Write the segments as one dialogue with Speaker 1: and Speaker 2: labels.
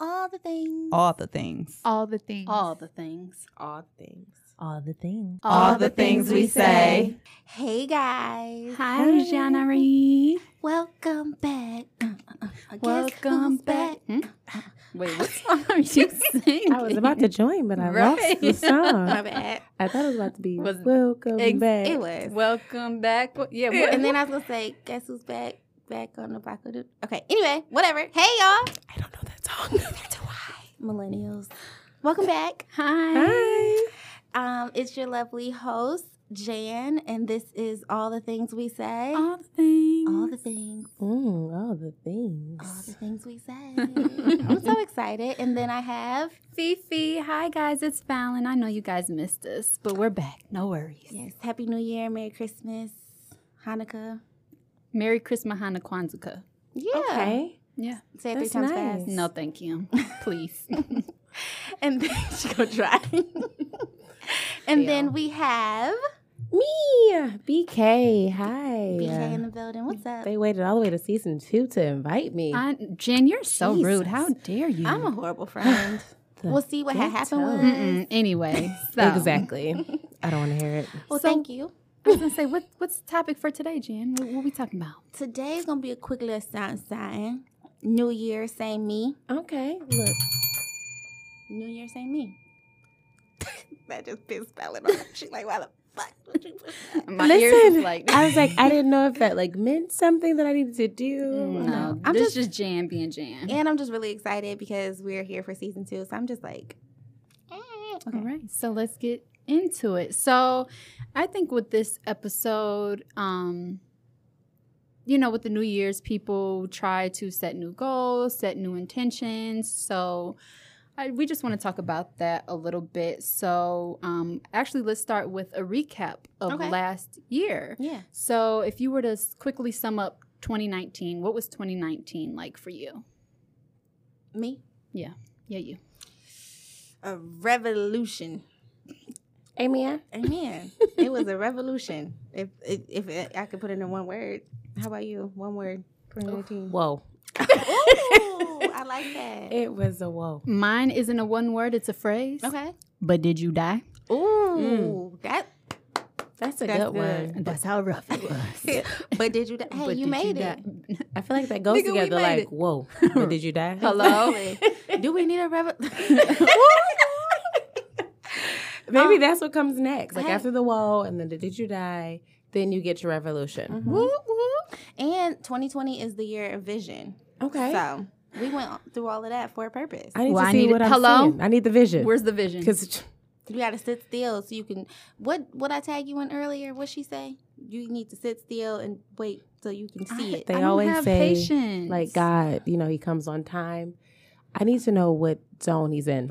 Speaker 1: All the things.
Speaker 2: all the things.
Speaker 3: all the things.
Speaker 1: All the things.
Speaker 4: All things.
Speaker 5: All the things.
Speaker 2: all the things we say.
Speaker 1: Hey guys.
Speaker 4: Oh,
Speaker 3: Hi, Jean Marie.
Speaker 1: Welcome back. Uh, uh, uh, guess
Speaker 3: Welcome
Speaker 1: who's back. Wait, what song
Speaker 3: Are you singing?
Speaker 4: I was about to join, but I lost the
Speaker 1: Right.
Speaker 4: song.
Speaker 1: My bad.
Speaker 4: I thought it was about to be
Speaker 1: Was-
Speaker 4: welcome
Speaker 1: Ex-
Speaker 4: back.
Speaker 1: It was.
Speaker 3: Welcome back. Yeah.
Speaker 1: and then I was gonna say, guess who's back? Back on the back of the. Okay. Anyway, whatever. Hey y'all,
Speaker 4: I don't know that song.
Speaker 1: millennials. Welcome back.
Speaker 3: Hi.
Speaker 4: Hi.
Speaker 1: Um, it's your lovely host Jan, and this is all the things we say.
Speaker 3: All the things.
Speaker 1: All the things.
Speaker 4: Mm, all the
Speaker 1: All the
Speaker 4: things.
Speaker 1: things we say. I'm so excited. And then I have
Speaker 3: Fifi. Hi, guys. It's Fallon. I know you guys missed us, but we're back. No worries.
Speaker 1: yes, Happy New Year, Merry Christmas, Hanukkah.
Speaker 3: Merry Christmas, Hana Kwanzaa.
Speaker 1: Yeah.
Speaker 4: Okay.
Speaker 3: Oh, Yeah.
Speaker 1: Say it three
Speaker 4: That's
Speaker 1: times
Speaker 4: nice.
Speaker 1: fast.
Speaker 3: No, thank you. Please.
Speaker 1: And then she go try. and
Speaker 3: Yeah.
Speaker 1: then we have
Speaker 4: Me, BK. Hi. Um,
Speaker 1: BK in the building. What's up?
Speaker 4: They waited all the way to season two to invite me.
Speaker 3: I, Jen, you're so rude. How dare you?
Speaker 1: I'm a horrible friend.
Speaker 4: The
Speaker 1: we'll see what had happened
Speaker 4: ghetto.
Speaker 1: was.
Speaker 3: Mm-mm. Anyway, so.
Speaker 4: Exactly. I don't want to hear it.
Speaker 1: Well,
Speaker 3: So-
Speaker 1: thank you.
Speaker 3: I was gonna say, what, what's the topic for today, Jen? What, what we talking about?
Speaker 1: Today's gonna be a quick little sign sign. New Year, same me.
Speaker 4: Okay. Look.
Speaker 1: New Year, same me. that just pissed Fallon off. She like, why the fuck would you put that?
Speaker 3: My
Speaker 4: Listen,
Speaker 3: like,
Speaker 4: I was like, I didn't know if that like meant something that I needed to do.
Speaker 3: Mm, no,
Speaker 1: I'm
Speaker 3: I'm this just, Jan being Jan.
Speaker 1: And I'm just really excited because we're here for season two. So I'm just like, eh,
Speaker 3: All right, so let's get into it. So, I think with this episode, um, you know, with the New Year's, people try to set new goals, set new intentions. So, I, we just want to talk about that a little bit. So, um, actually, let's start with a recap of
Speaker 1: Okay.
Speaker 3: last year.
Speaker 1: yeah.
Speaker 3: So, if you were to s- quickly sum up 2019, what was 2019 like for you?
Speaker 1: Me?
Speaker 3: Yeah, you.
Speaker 1: A revolution.
Speaker 4: Amen.
Speaker 1: Amen. it was a revolution. If, if if it- I could put it in one word, how about you? One word. 2019.
Speaker 4: Whoa.
Speaker 1: Ooh, I like that.
Speaker 4: It was a whoa.
Speaker 3: Mine isn't a one word, it's a phrase.
Speaker 1: okay.
Speaker 3: But did you die?
Speaker 1: Ooh, that.
Speaker 4: That's a
Speaker 1: That's
Speaker 4: good,
Speaker 1: good.
Speaker 4: one.
Speaker 3: That's how rough it was.
Speaker 1: But did you? Hey,
Speaker 3: But
Speaker 1: you
Speaker 3: did
Speaker 1: made
Speaker 3: die?
Speaker 1: it.
Speaker 4: I feel like that goes
Speaker 3: Nigga, we
Speaker 4: together
Speaker 3: made
Speaker 4: like,
Speaker 3: it.
Speaker 4: whoa. But did you die?
Speaker 3: Hello?
Speaker 1: Do we need a revolution?
Speaker 4: Maybe
Speaker 1: Um,
Speaker 4: that's what comes next. Like
Speaker 1: hey.
Speaker 4: after the whoa and then the did you die, then you get your revolution.
Speaker 1: Mm-hmm. and 2020 is the year of vision.
Speaker 4: Okay.
Speaker 1: So we went through all of that for a purpose.
Speaker 4: I need
Speaker 3: Well,
Speaker 4: to
Speaker 3: I
Speaker 4: see
Speaker 3: need-
Speaker 4: what I'm
Speaker 3: hello?
Speaker 4: seeing. I need the vision.
Speaker 3: Where's the vision?
Speaker 4: Because
Speaker 1: You gotta sit still so you can. What what I tag you in earlier? What she say? You need to sit still and wait till you can see it.
Speaker 4: they
Speaker 3: I don't
Speaker 4: always
Speaker 3: have
Speaker 4: say,
Speaker 3: patience.
Speaker 4: like God, you know, He comes on time. I need to know what zone He's in.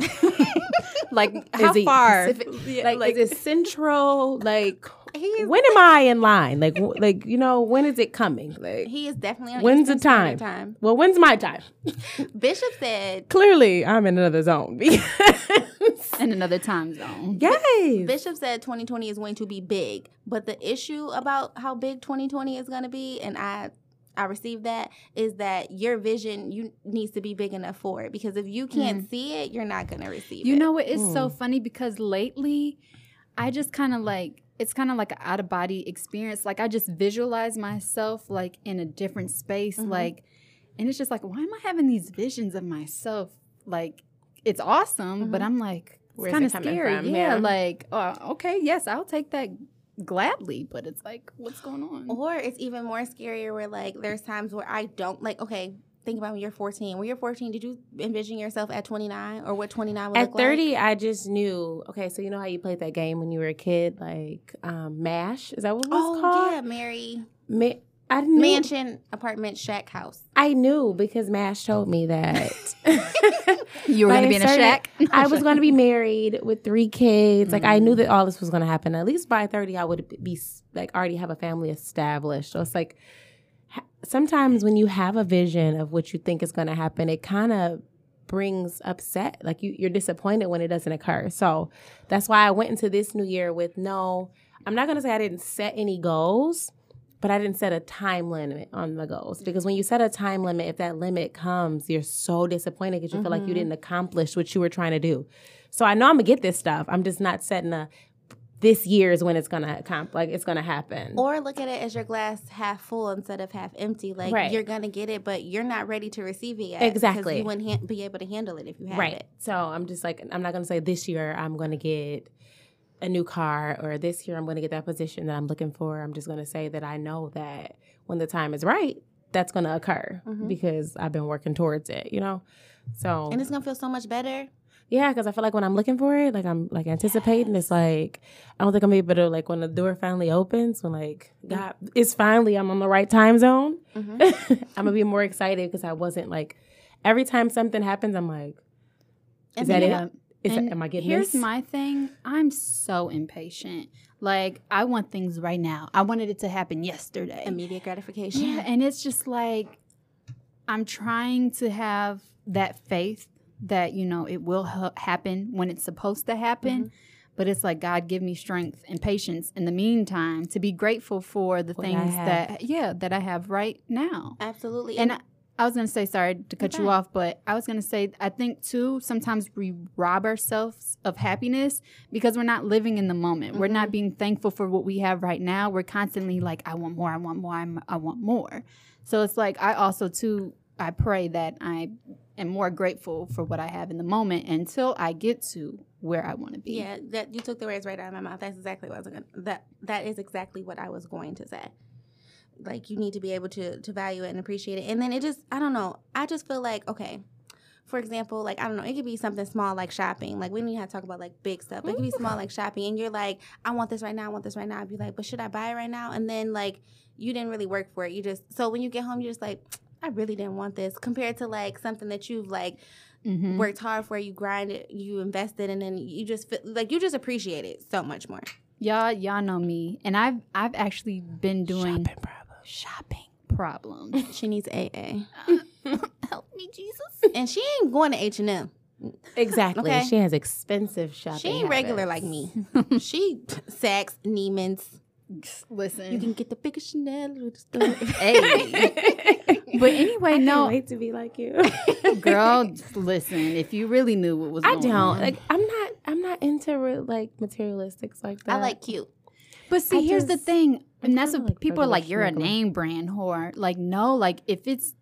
Speaker 3: like how
Speaker 4: he
Speaker 3: far?
Speaker 4: Pacific- like, is it central? Like,
Speaker 1: He is,
Speaker 4: when am I in line? Like, w- like you know, when is it coming? Like,
Speaker 1: he is definitely on
Speaker 4: When's the
Speaker 1: Eastern Standard
Speaker 4: well, when's my time?
Speaker 1: Time. Bishop said.
Speaker 4: Clearly, I'm in another zone. because-
Speaker 3: in another time zone.
Speaker 4: yes.
Speaker 1: Bishop said 2020 is going to be big, but the issue about how big 2020 is going to be, and I, I received that is that your vision you needs to be big enough for it because if you can't
Speaker 4: Mm.
Speaker 1: see it, you're not going to receive it.
Speaker 3: You know what? It's so funny because lately, I just kind of like it's kind of like an out of body experience. Like I just visualize myself like in a different space,
Speaker 1: Mhm.
Speaker 3: like, and it's just like, why am I having these visions of myself? Like, it's awesome, but
Speaker 1: Mhm.
Speaker 3: I'm like, it's
Speaker 4: Where's it
Speaker 3: kind of
Speaker 4: coming
Speaker 3: scary.
Speaker 4: from?
Speaker 3: Yeah,
Speaker 4: Yeah.
Speaker 3: like, oh, okay, yes, I'll take that gladly, but it's like, what's going on?
Speaker 4: Mm-hmm.
Speaker 1: Or it's even more scarier where like there's times where I don't like okay, think about when you're 14. When you're 14, did you envision yourself at 29 or what 29 would
Speaker 4: At
Speaker 1: look
Speaker 4: 30, I just knew. Okay, so you know how you played that game when you were a kid, like um, Mash? Is that what it was
Speaker 1: Oh
Speaker 4: called?
Speaker 1: yeah, Mary
Speaker 4: Ma- I knew.
Speaker 1: mansion, apartment, shack, house.
Speaker 4: I knew because Mash told me that.
Speaker 3: You were
Speaker 4: But
Speaker 3: gonna
Speaker 4: I
Speaker 3: be in a
Speaker 4: started-
Speaker 3: shack.
Speaker 4: I was going to be married with three kids. Like I knew
Speaker 1: Mm.
Speaker 4: that all this was going to happen. At least by thirty, I would be s- like already have a family established. So it's like ha- sometimes when you have a vision of what you think is going to happen, it kind of brings upset. Like you, you're disappointed when it doesn't occur. So that's why I went into this new year with no. I'm not going to say I didn't set any goals. but I didn't set a time limit on the goals because when you set a time limit, if that limit comes, you're so disappointed because you feel like you
Speaker 1: Mhm.
Speaker 4: didn't accomplish what you were trying to do. So I know I'm gonna get this stuff. I'm just not setting a this year is when it's gonna accomplish. Like it's gonna happen.
Speaker 1: Or look at it as your glass half full instead of half empty. Like
Speaker 4: Right.
Speaker 1: you're gonna get it, but you're not ready to receive it yet. 'cause
Speaker 4: Exactly.
Speaker 1: You wouldn't ha- be able to handle it if you had
Speaker 4: right.
Speaker 1: it.
Speaker 4: So I'm just like I'm not gonna say this year I'm gonna get a new car or this year I'm gonna get that position that I'm looking for. I'm just gonna say that I know that when the time is right, that's gonna occur
Speaker 1: Mhm.
Speaker 4: because I've been working towards it. You know. So
Speaker 1: And it's gonna feel so much better.
Speaker 4: Yeah, because I feel like when I'm looking for it, like I'm like anticipating, it's like I don't think I'm able to like when the door finally opens, when like God, it's finally I'm on the right time zone.
Speaker 1: Mhm.
Speaker 4: I'm gonna be more excited because I wasn't like every time something happens, I'm like,
Speaker 1: And
Speaker 4: is that
Speaker 1: then
Speaker 4: it?
Speaker 1: you-
Speaker 4: Is
Speaker 3: And
Speaker 4: am I getting
Speaker 3: Here's
Speaker 4: this?
Speaker 3: my thing. I'm so impatient. Like I want things right now. I wanted it to happen yesterday.
Speaker 1: Immediate gratification.
Speaker 3: Yeah, and it's just like I'm trying to have that faith that you know it will ha- happen when it's supposed to happen.
Speaker 4: Mm-hmm.
Speaker 3: But it's like God give me strength and patience in the meantime to be grateful for the
Speaker 4: What I
Speaker 3: things
Speaker 4: have.
Speaker 3: that yeah that I have right now.
Speaker 1: Absolutely.
Speaker 3: And I, I was gonna say sorry to cut
Speaker 1: fine.
Speaker 3: you off, but I was gonna say I think too sometimes we rob ourselves of happiness because we're not living in the moment. We're not being thankful for what we have right now. We're constantly like, I want more, I want more, I'm, I want more. So it's like I also too I pray that I am more grateful for what I have in the moment until I get to where I want to be.
Speaker 1: yeah, that you took the words right out of my mouth. That's exactly what I was gonna that that is exactly what I was going to say. Like you need to be able to to value it and appreciate it. And then it just I don't know. I just feel like, okay, for example, like I don't know, it could be something small like shopping. Like we don't even have to talk about like big stuff. But it could be
Speaker 3: Mm-hmm.
Speaker 1: small like shopping and you're like, I want this right now, I want this right now. I'd be like, but should I buy it right now? And then like you didn't really work for it. You just so when you get home you're just like I really didn't want this compared to like something that you've like
Speaker 3: Mhm.
Speaker 1: worked hard for, you grinded, you invested, and then you just feel, like you just appreciate it so much more.
Speaker 3: Y'all, y'all know me, and I've I've actually been doing
Speaker 4: Shopping problem.
Speaker 3: shopping problems.
Speaker 1: She needs AA,
Speaker 3: Help me, Jesus.
Speaker 1: and she ain't going to H and M.
Speaker 4: Exactly.
Speaker 1: Okay.
Speaker 4: She has expensive shopping.
Speaker 1: She ain't regular like
Speaker 4: habits.
Speaker 1: me. She Saks, Neiman's. You
Speaker 3: Listen.
Speaker 1: can get the biggest Chanel at the store.
Speaker 3: Hey. but anyway,
Speaker 4: I can't
Speaker 3: no,
Speaker 4: wait to be like you,
Speaker 3: girl, listen, if you really knew what was
Speaker 4: I
Speaker 3: going
Speaker 4: don't
Speaker 3: on.
Speaker 4: like. I'm not. I'm not into real, like materialistics like that.
Speaker 1: I like cute.
Speaker 3: But see,
Speaker 4: I
Speaker 3: here's the
Speaker 4: just-
Speaker 3: thing.
Speaker 4: I'm
Speaker 3: And that's
Speaker 4: kinda
Speaker 3: what
Speaker 4: like
Speaker 3: people are like,
Speaker 4: regular
Speaker 3: you're a
Speaker 4: schmegler.
Speaker 3: name brand whore. Like, no, like if it's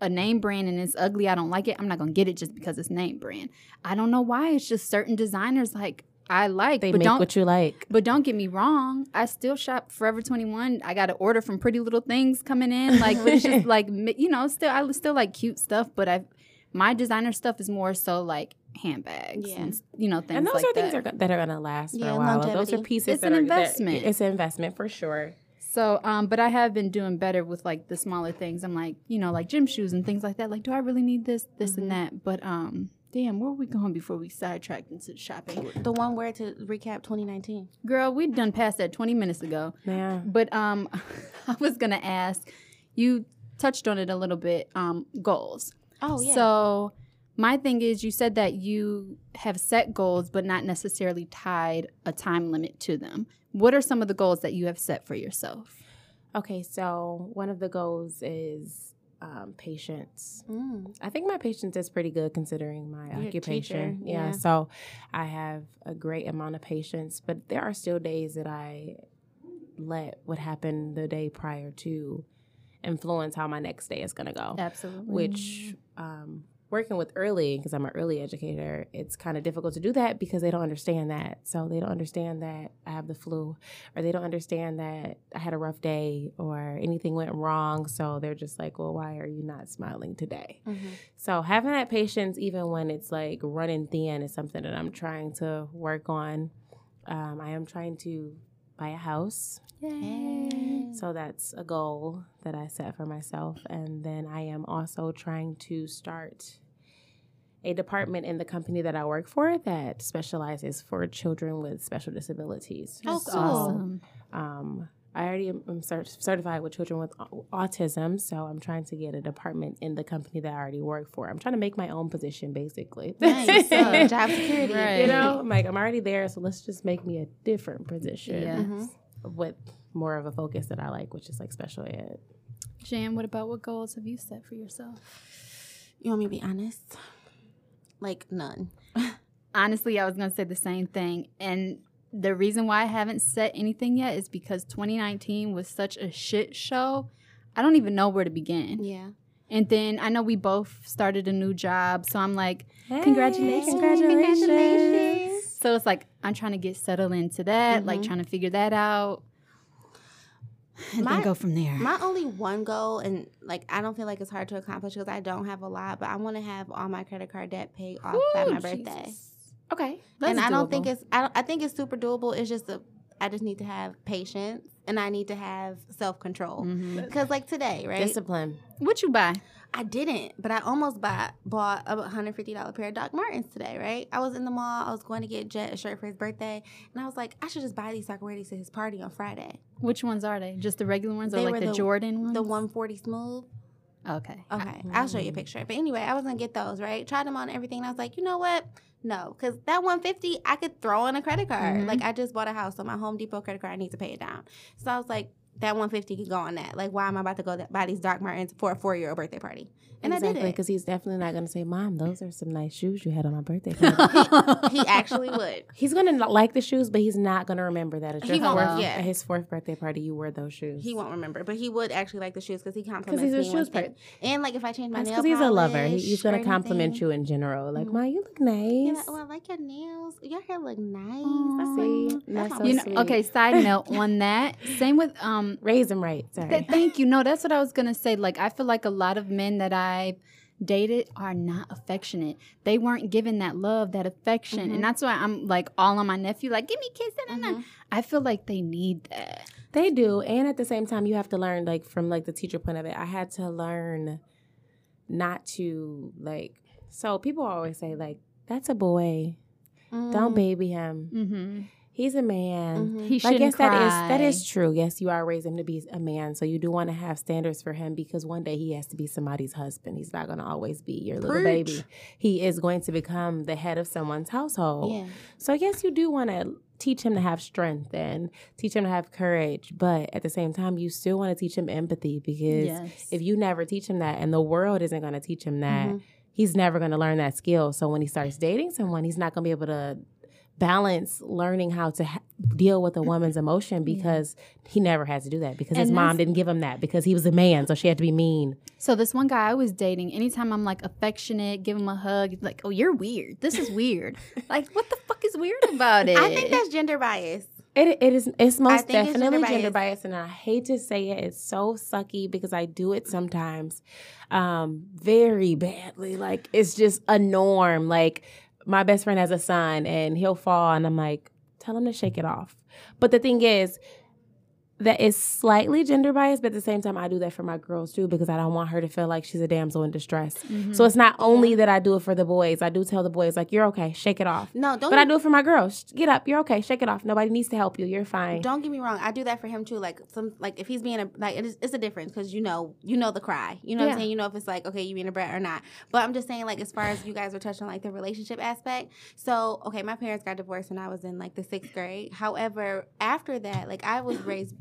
Speaker 3: a name brand and it's ugly, I don't like it. I'm not gonna get it just because it's name brand. I don't know why. It's just certain designers like I like,
Speaker 4: They
Speaker 3: but
Speaker 4: make
Speaker 3: don't
Speaker 4: what you like.
Speaker 3: But don't get me wrong, I still shop Forever 21. I got an order from Pretty Little Things coming in. Like, but it's just like, mi- you know, still, I still like cute stuff, but I, my designer stuff is more so like handbags
Speaker 1: Yeah.
Speaker 3: and, s- you know, things
Speaker 4: and those
Speaker 3: like
Speaker 4: are
Speaker 3: that.
Speaker 4: things that are, go- that are going to last for
Speaker 1: Yeah,
Speaker 4: a while. Those
Speaker 1: longevity.
Speaker 4: are pieces.
Speaker 3: It's
Speaker 4: that
Speaker 3: an
Speaker 4: are- that-
Speaker 3: investment.
Speaker 4: it's an investment for sure.
Speaker 3: so, um, but I have been doing better with like the smaller things. I'm like, you know, like gym shoes and things like that. Like, do I really need this, this and
Speaker 4: Mm-hmm.
Speaker 3: that? But, um, damn, where are we going before we sidetracked into shopping?
Speaker 1: The one word to recap 2019.
Speaker 3: Girl, we done past that 20 minutes ago.
Speaker 4: Yeah.
Speaker 3: But um, I was gonna ask. You touched on it a little bit. Um, goals.
Speaker 1: Oh yeah.
Speaker 3: So my thing is, you said that you have set goals, but not necessarily tied a time limit to them. What are some of the goals that you have set for yourself?
Speaker 4: Okay, so one of the goals is um, patience.
Speaker 1: Mm.
Speaker 4: I think my patience is pretty good considering my
Speaker 1: You're a
Speaker 4: occupation.
Speaker 1: teacher,
Speaker 4: yeah.
Speaker 1: yeah.
Speaker 4: so I have a great amount of patience, but there are still days that I let what happened the day prior to influence how my next day is going to go.
Speaker 3: Absolutely.
Speaker 4: which um, working with early because I'm an early educator, it's kind of difficult to do that because they don't understand that. So they don't understand that I have the flu, or they don't understand that I had a rough day, or anything went wrong. So they're just like, "Well, why are you not smiling today?"
Speaker 1: Mhm.
Speaker 4: So having that patience, even when it's like running thin, is something that I'm trying to work on. Um, I am trying to buy a house.
Speaker 1: Mm.
Speaker 4: So that's a goal that I set for myself. And then I am also trying to start a department in the company that I work for that specializes for children with special disabilities.
Speaker 1: Oh,
Speaker 3: That's
Speaker 1: cool.
Speaker 3: awesome.
Speaker 4: Um, I already am am cert- certified with children with au- autism, so I'm trying to get a department in the company that I already work for. I'm trying to make my own position, basically.
Speaker 1: Nice. So, job security.
Speaker 3: Right.
Speaker 4: you know, I'm like I'm already there, so let's just make me a different position.
Speaker 3: Yes.
Speaker 1: Mhm.
Speaker 4: with more of a focus that I like, which is like special ed.
Speaker 3: Jan, what about what goals have you set for yourself?
Speaker 1: You want me to be honest? Like none.
Speaker 3: Honestly, I was going to say the same thing. And the reason why I haven't set anything yet is because 2019 was such a shit show. I don't even know where to begin.
Speaker 1: Yeah.
Speaker 3: And then I know we both started a new job. So I'm like,
Speaker 4: Congratulations.
Speaker 1: congratulations. Mm-hmm.
Speaker 3: so it's like, I'm trying to get settled into that, like trying to figure that out. And
Speaker 1: My-
Speaker 3: then go from there.
Speaker 1: My only one goal, and like I don't feel like it's hard to accomplish because I don't have a lot, but I want to have all my credit card debt paid off by
Speaker 3: Ooh,
Speaker 1: my birthday.
Speaker 3: Jesus.
Speaker 4: Okay.
Speaker 1: and I don't think
Speaker 3: doable.
Speaker 1: it's I, don't, I think it's super doable. It's just a I just need to have patience and I need to have self control
Speaker 3: Mhm.
Speaker 1: because like today, right?
Speaker 4: Discipline.
Speaker 3: What you buy?
Speaker 1: I didn't, but I almost bought, bought a hundred fifty dollar pair of Doc Martens today, right? I was in the mall. I was going to get Jet a shirt for his birthday, and I was like, I should just buy these so I can wear these to his party on Friday.
Speaker 3: Which ones are they? Just the regular ones,
Speaker 1: They
Speaker 3: or
Speaker 1: were
Speaker 3: like the,
Speaker 1: the-
Speaker 3: Jordan ones?
Speaker 1: The one forty smooth.
Speaker 3: Okay.
Speaker 1: Okay, I'll show you a
Speaker 4: Mm.
Speaker 1: picture. But anyway, I was gonna get those, right? Tried them on and everything. And I was like, you know what? No, because that one fifty I could throw in a credit card.
Speaker 4: Mm-hmm.
Speaker 3: Mhm.
Speaker 1: Like I just bought a house, so my Home Depot credit card I need to pay it down. So I was like, that one fifty could go on that. Like, why am I about to go th- buy these Doc Martens for a four year old birthday party? And I
Speaker 4: exactly,
Speaker 1: did it.
Speaker 4: because he's definitely not going to say, "Mom, those are some nice shoes you had on my birthday." party."
Speaker 1: He actually would.
Speaker 4: He's gonna not like the shoes, but he's not gonna remember that at your
Speaker 1: He won't,
Speaker 4: fourth,
Speaker 1: yeah.
Speaker 4: at his fourth birthday party. You wore those shoes.
Speaker 1: He won't remember, but he would actually like the shoes because he
Speaker 4: because
Speaker 1: compliments
Speaker 4: he's a
Speaker 1: me. when-
Speaker 4: shoes person.
Speaker 1: And like if I change my nails,
Speaker 4: Because he's a lover. He, he's gonna compliment you in general.
Speaker 3: Mm-hmm.
Speaker 4: Like,
Speaker 1: Mhm.
Speaker 4: "Ma, you look nice."
Speaker 1: oh, I like your nails. Your hair look nice.
Speaker 3: Aw.
Speaker 1: That's like-
Speaker 4: See,
Speaker 1: that's
Speaker 4: that's
Speaker 1: my
Speaker 4: so
Speaker 1: wish.
Speaker 3: You know,
Speaker 4: sweet.
Speaker 3: okay, side note on that. Same with um
Speaker 4: Raise him right. Sorry.
Speaker 3: th- thank you. No, that's what I was gonna say. Like I feel like a lot of men that I've dated are not affectionate. They weren't given that love, that affection.
Speaker 4: Mm-hmm.
Speaker 3: And that's why I'm like all on my nephew, like, give me a kiss and
Speaker 1: Mhm.
Speaker 3: I feel like they need that.
Speaker 4: They do, and at the same time, you have to learn, like from like the teacher point of it. I had to learn not to like. So people always say like, "That's a boy.
Speaker 1: Mm-hmm.
Speaker 4: Don't baby him.
Speaker 3: Mm-hmm.
Speaker 4: He's a man."
Speaker 1: Mhm.
Speaker 3: He
Speaker 4: Like
Speaker 3: shouldn't
Speaker 4: yes, that is
Speaker 3: cry.
Speaker 4: that is true. Yes, you are raising him to be a man, so you do want to have standards for him because one day he has to be somebody's husband. He's not going to always be your little
Speaker 1: Preach.
Speaker 4: baby. He is going to become the head of someone's household.
Speaker 1: Yeah.
Speaker 4: So yes, you do want to teach him to have strength and teach him to have courage, but at the same time, you still want to teach him empathy because
Speaker 3: Yes. Mm-hmm.
Speaker 4: if you never teach him that, and the world isn't going to teach him that,
Speaker 1: Mhm.
Speaker 4: he's never going to learn that skill. So when he starts dating someone, he's not going to be able to balance learning how to ha- deal with a woman's emotion because he never has to do that because his
Speaker 3: And
Speaker 4: mom
Speaker 3: that's-
Speaker 4: didn't give him that because he was a man, so she had to be mean.
Speaker 3: So this one guy I was dating, anytime I'm like affectionate, give him a hug, he's like, oh, you're weird. This is weird. like, what the fuck is weird about it?
Speaker 1: I think that's gender bias.
Speaker 4: It, it is it's most
Speaker 1: think it's
Speaker 4: definitely
Speaker 1: gender
Speaker 4: gender bias and I hate to say it it's so sucky because I do it sometimes um very badly like it's just a norm like my best friend has a son and he'll fall and I'm like tell him to shake it off but the thing is that is slightly gender biased but at the same time I do that for my girls too because I don't want her to feel like she's a damsel in distress
Speaker 3: Mhm.
Speaker 1: Mm-hmm.
Speaker 4: so it's not only that I do it for the boys I do tell the boys like you're okay shake it off
Speaker 1: Oh, No, don't.
Speaker 4: but I do it for my girls. Get up. You're okay. Shake it off. Nobody needs to help you. You're fine.
Speaker 1: Don't get me wrong. I do that for him too. Like some, like if he's being a like, it is, it's a difference because you know, you know the cry. You know what
Speaker 3: Yeah.
Speaker 1: I'm saying. You know if it's like okay, you being a brat or not. But I'm just saying like as far as you guys were touching like the relationship aspect. So okay, my parents got divorced when I was in like the sixth grade. However, after that, like I was raised.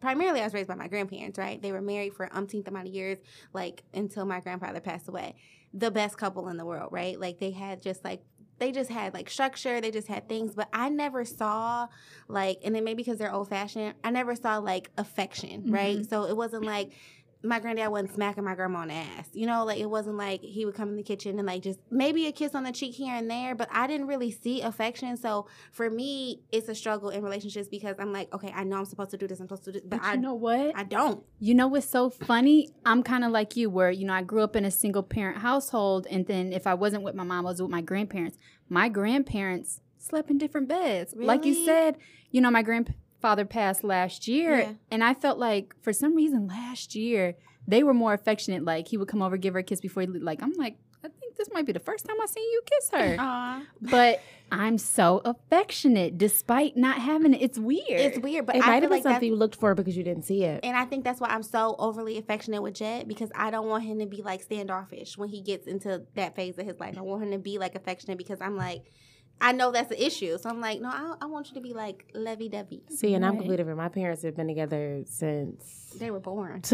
Speaker 1: Primarily, I was raised by my grandparents, right? They were married for umpteenth amount of years, like until my grandfather passed away. The best couple in the world, right? Like they had just like they just had like structure, they just had things, but I never saw like and then maybe because they're old fashioned i never saw like affection
Speaker 4: Mm-hmm.
Speaker 1: right so it wasn't like my granddad wasn't smacking my grandma on the ass you know like it wasn't like he would come in the kitchen and like just maybe a kiss on the cheek here and there but i didn't really see affection so for me it's a struggle in relationships because i'm like okay i know i'm supposed to do this i'm supposed to do this but,
Speaker 3: But
Speaker 1: i
Speaker 3: you know what?
Speaker 1: i don't
Speaker 3: You know what's so funny? I'm kind of like you, where you know I grew up in a single parent household, and then if I wasn't with my mom, I was with my grandparents. My grandparents slept in different beds, like you
Speaker 1: Really?
Speaker 3: said. You know, my grandfather passed last year,
Speaker 1: Yeah.
Speaker 3: and I felt like for some reason last year they were more affectionate. Like he would come over, give her a kiss before he le- like I'm like I think this might be the first time I seen you kiss her,
Speaker 1: Aww.
Speaker 3: but I'm so affectionate despite not having it. It's weird.
Speaker 1: it's weird but
Speaker 4: It
Speaker 1: i
Speaker 4: might
Speaker 1: feel
Speaker 4: have been
Speaker 1: like that's
Speaker 4: something you looked for because you didn't see it.
Speaker 1: And I think that's why I'm so overly affectionate with Jet because I don't want him to be like standoffish when he gets into that phase of his life. I want him to be like affectionate because I'm like, I know that's the issue. So I'm like, no, I, I want you to be like Levy Dovey.
Speaker 4: See, and I'm
Speaker 3: Right.
Speaker 4: completely different. My parents have been together since
Speaker 1: They were born.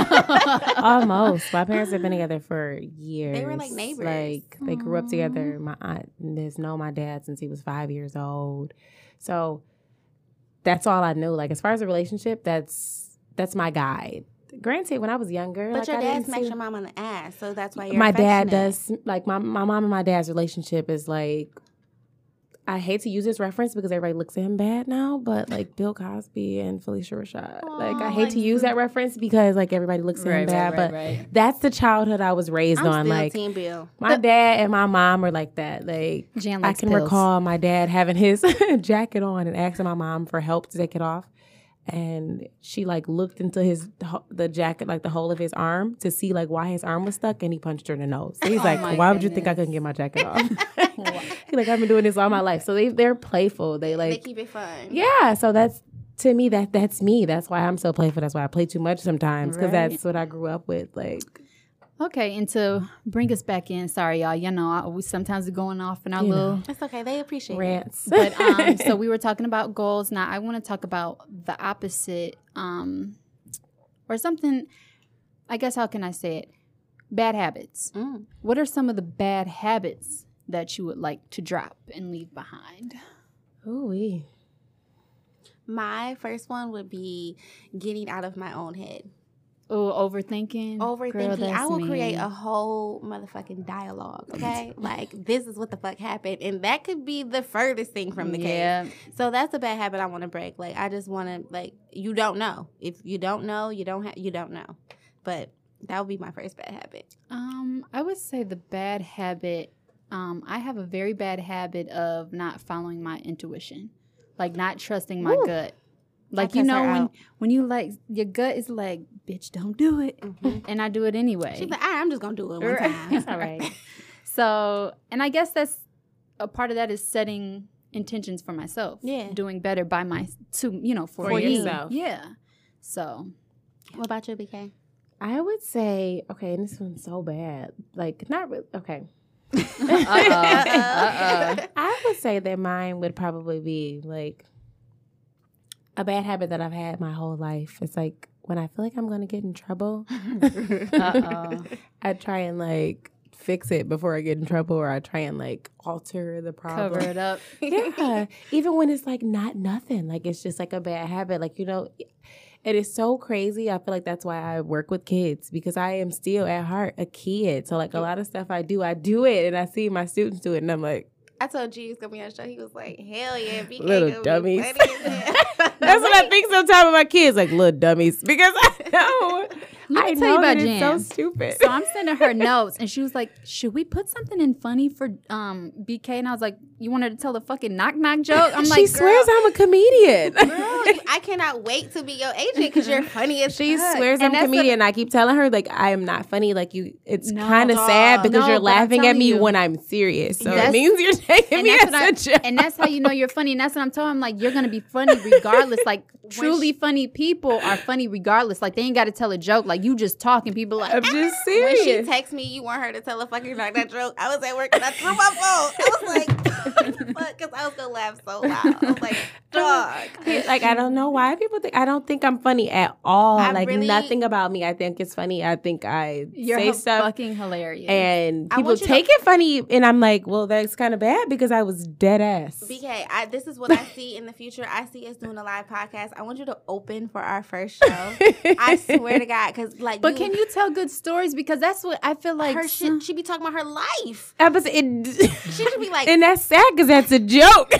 Speaker 4: almost. My parents have been together for years.
Speaker 1: like, neighbors.
Speaker 4: Like they grew up
Speaker 3: Aw.
Speaker 4: together. My aunt has known my dad since he was five years old. So that's all I knew. Like as far as a relationship, that's that's my guide. Granted, when I was younger,
Speaker 1: But
Speaker 4: like,
Speaker 1: your
Speaker 4: I
Speaker 1: dad
Speaker 4: didn't
Speaker 1: smacks
Speaker 4: see-
Speaker 1: your mom on the ass, so that's why you're
Speaker 4: my dad
Speaker 1: affectionate.
Speaker 4: does like my my mom and my dad's relationship is like I hate to use this reference because everybody looks at him bad now, but like Bill Cosby and Felicia Rashad. like I
Speaker 1: Aw,
Speaker 4: hate
Speaker 1: like
Speaker 4: to use that reference because like everybody looks at him
Speaker 3: Right,
Speaker 4: bad,
Speaker 3: right,
Speaker 4: but
Speaker 3: right, right.
Speaker 4: that's the childhood I was raised
Speaker 1: I'm
Speaker 4: on.
Speaker 1: still
Speaker 4: like
Speaker 1: Team Bill.
Speaker 4: my dad and my mom are like that. Like
Speaker 3: Jan
Speaker 4: I
Speaker 3: likes
Speaker 4: can
Speaker 3: pills.
Speaker 4: recall my dad having his jacket on and asking my mom for help to take it off. And she like looked into his the jacket, like the whole of his arm, to see like why his arm was stuck, and he punched her in the nose. So he's
Speaker 3: Oh
Speaker 4: like,
Speaker 3: my
Speaker 4: "Why would you think I
Speaker 3: goodness.
Speaker 4: couldn't get my jacket off?" he's like, "I've been doing this all my life." So they they're playful. They
Speaker 1: They
Speaker 4: like
Speaker 1: keep it fun.
Speaker 4: yeah. So that's to me that that's me. That's why I'm so playful. That's why I play too much sometimes because
Speaker 3: Right.
Speaker 4: that's what I grew up with. Like
Speaker 3: Okay, and
Speaker 1: Mm-hmm.
Speaker 3: to bring us back in, sorry y'all, you know, I, we sometimes are going off in our
Speaker 4: You know.
Speaker 3: little
Speaker 1: It's okay. They appreciate it.
Speaker 4: rants.
Speaker 3: but um, so we were talking about goals. Now I want to talk about the opposite, um, or something. I guess how can I say it? Bad habits.
Speaker 1: Mm.
Speaker 3: What are some of the bad habits that you would like to drop and leave behind?
Speaker 4: Ooh-wee.
Speaker 1: My first one would be getting out of my own head.
Speaker 3: Oh, overthinking. Girl,
Speaker 1: Overthinking. I
Speaker 3: that's
Speaker 1: will
Speaker 3: me.
Speaker 1: create a whole motherfucking dialogue, okay? like, this is what the fuck happened. And that could be the furthest thing from the case.
Speaker 3: yeah.
Speaker 1: So that's a bad habit I want to break. Like I just want to like you don't know. If you don't know, you don't have you don't know. But that would be my first bad habit.
Speaker 3: Um, I would say the bad habit. Um, I have a very bad habit of not following my intuition, like not trusting my
Speaker 1: Ooh.
Speaker 3: gut. Like
Speaker 1: I
Speaker 3: you
Speaker 1: cuss her
Speaker 3: know when
Speaker 1: out.
Speaker 3: when you like your gut is like, bitch, don't do it, and I do it anyway.
Speaker 1: She's like, "Ah, I'm just gonna do it one
Speaker 3: Mm-hmm. Right.
Speaker 1: time.
Speaker 3: It's all right. so, and I guess that's a part of that is setting intentions for myself.
Speaker 1: Yeah.
Speaker 3: doing better by my to you know for,
Speaker 4: For
Speaker 3: me.
Speaker 4: yourself.
Speaker 3: Yeah. So
Speaker 1: What about you, BK?
Speaker 4: I would say, okay, and this one's so bad. Like, not really. Okay.
Speaker 3: Uh-uh.
Speaker 4: I would say that mine would probably be like a bad habit that I've had my whole life. It's like when I feel like I'm going to get in trouble,
Speaker 3: Uh-oh.
Speaker 4: I try and like fix it before I get in trouble or I try and like alter the problem.
Speaker 3: cover it up.
Speaker 4: yeah. Even when it's like not nothing, like it's just like a bad habit. Like, you know, it is so crazy. I feel like that's why I work with kids because I am still at heart a kid. So, like, a lot of stuff I do, I do it and I see my students do it and I'm like,
Speaker 1: I told G he was gonna be on the show. He was like, "Hell yeah, BK
Speaker 4: Little
Speaker 1: gonna be
Speaker 4: dummies.
Speaker 1: funny as hell."
Speaker 4: that's what I think sometimes with my kids, like little dummies, because I know.
Speaker 3: Let me tell
Speaker 4: I
Speaker 3: you
Speaker 4: know
Speaker 3: about
Speaker 4: that it's
Speaker 3: Jan.
Speaker 4: so stupid.
Speaker 3: So I'm sending her notes, and she was like, "Should we put something in funny for um BK?" And I was like, "You want her to tell the fucking knock knock joke?" I'm
Speaker 4: she
Speaker 3: like,
Speaker 4: swears I'm a comedian.
Speaker 1: Girl, you- I cannot wait to be your agent because you're funny as
Speaker 4: She
Speaker 1: fuck.
Speaker 4: swears
Speaker 3: And
Speaker 4: I'm a
Speaker 3: that's what-
Speaker 4: comedian. I keep telling her like I am not funny. Like you, it's
Speaker 3: No,
Speaker 4: kind of
Speaker 1: dog.
Speaker 4: sad because
Speaker 3: No,
Speaker 4: you're
Speaker 3: but I'm
Speaker 4: laughing at
Speaker 3: telling
Speaker 4: me
Speaker 3: you.
Speaker 4: when I'm serious. So
Speaker 3: That's-
Speaker 4: it means you're taking
Speaker 3: And
Speaker 4: me
Speaker 3: that's,
Speaker 4: as
Speaker 3: what
Speaker 4: a
Speaker 3: I,
Speaker 4: joke.
Speaker 3: and that's how you know you're funny. And that's what I'm telling. I'm like, you're gonna be funny regardless. Like, truly funny people are funny regardless. Like, they ain't got to tell a joke. Like, you just talking. People like,
Speaker 4: I'm just
Speaker 1: When she
Speaker 4: serious.
Speaker 1: texts me, you want her to tell a fucking knock that joke. I was at work and I threw my phone. I was like, "Fuck," because I was gonna laugh so loud. I was like, "Dog."
Speaker 4: like I don't know why people think I don't think I'm funny at all.
Speaker 1: I
Speaker 4: like
Speaker 1: really-
Speaker 4: nothing about me. I think it's funny. I think I
Speaker 3: you're
Speaker 4: say
Speaker 3: hu-
Speaker 4: stuff
Speaker 3: fucking hilarious.
Speaker 4: and
Speaker 1: I
Speaker 4: people
Speaker 1: want you to-
Speaker 4: take it funny, and I'm like, well, that's kind of bad because I was dead ass.
Speaker 1: BK, I, this is what I see in the future. I see us doing a live podcast. I want you to open for our first show. I swear to God, because like,
Speaker 3: but can you tell good stories? Because that's what I feel like.
Speaker 1: her shit? She be talking about her life.
Speaker 4: I was- it-
Speaker 1: She should be like,
Speaker 4: and that's sad because that's a joke.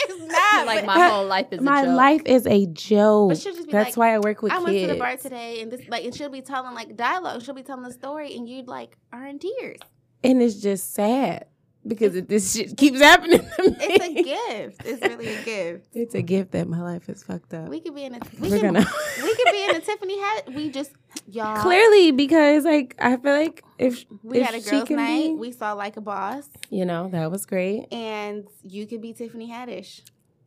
Speaker 1: it's not like
Speaker 3: like my whole life is
Speaker 4: My
Speaker 3: a joke.
Speaker 4: life is a joke.
Speaker 1: she'll just be like,
Speaker 4: That's why I work with
Speaker 1: I
Speaker 4: kids.
Speaker 1: went to the bar today, and this like, and she'll be telling like dialogue. She'll be telling the story, and you like are in tears.
Speaker 4: and it's just sad because it, this shit keeps happening to me.
Speaker 1: It's a gift. It's really a gift.
Speaker 4: It's a gift that my life is fucked up.
Speaker 1: We could be in a we
Speaker 4: We're
Speaker 1: can,
Speaker 4: gonna-
Speaker 1: we could be in a Tiffany hat. We just y'all
Speaker 4: Clearly, because like I feel like if
Speaker 1: We
Speaker 4: if
Speaker 1: had a
Speaker 4: she
Speaker 1: girls'
Speaker 4: can
Speaker 1: night.
Speaker 4: be-
Speaker 1: We saw like a boss,
Speaker 4: you know that was great.
Speaker 1: and you could be Tiffany Haddish.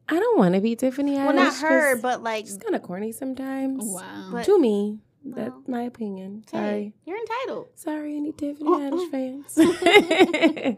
Speaker 4: I don't want to be Tiffany.
Speaker 1: Well,
Speaker 4: Haddish,
Speaker 1: not her,
Speaker 4: 'cause
Speaker 1: but like
Speaker 4: she's kind of corny sometimes.
Speaker 3: Wow.
Speaker 1: But-
Speaker 4: to me,
Speaker 1: Well,
Speaker 4: that's my opinion.
Speaker 1: hey,
Speaker 4: Sorry.
Speaker 1: you're entitled.
Speaker 4: Sorry, any Tiffany
Speaker 1: Uh-uh.
Speaker 4: Haddish fans.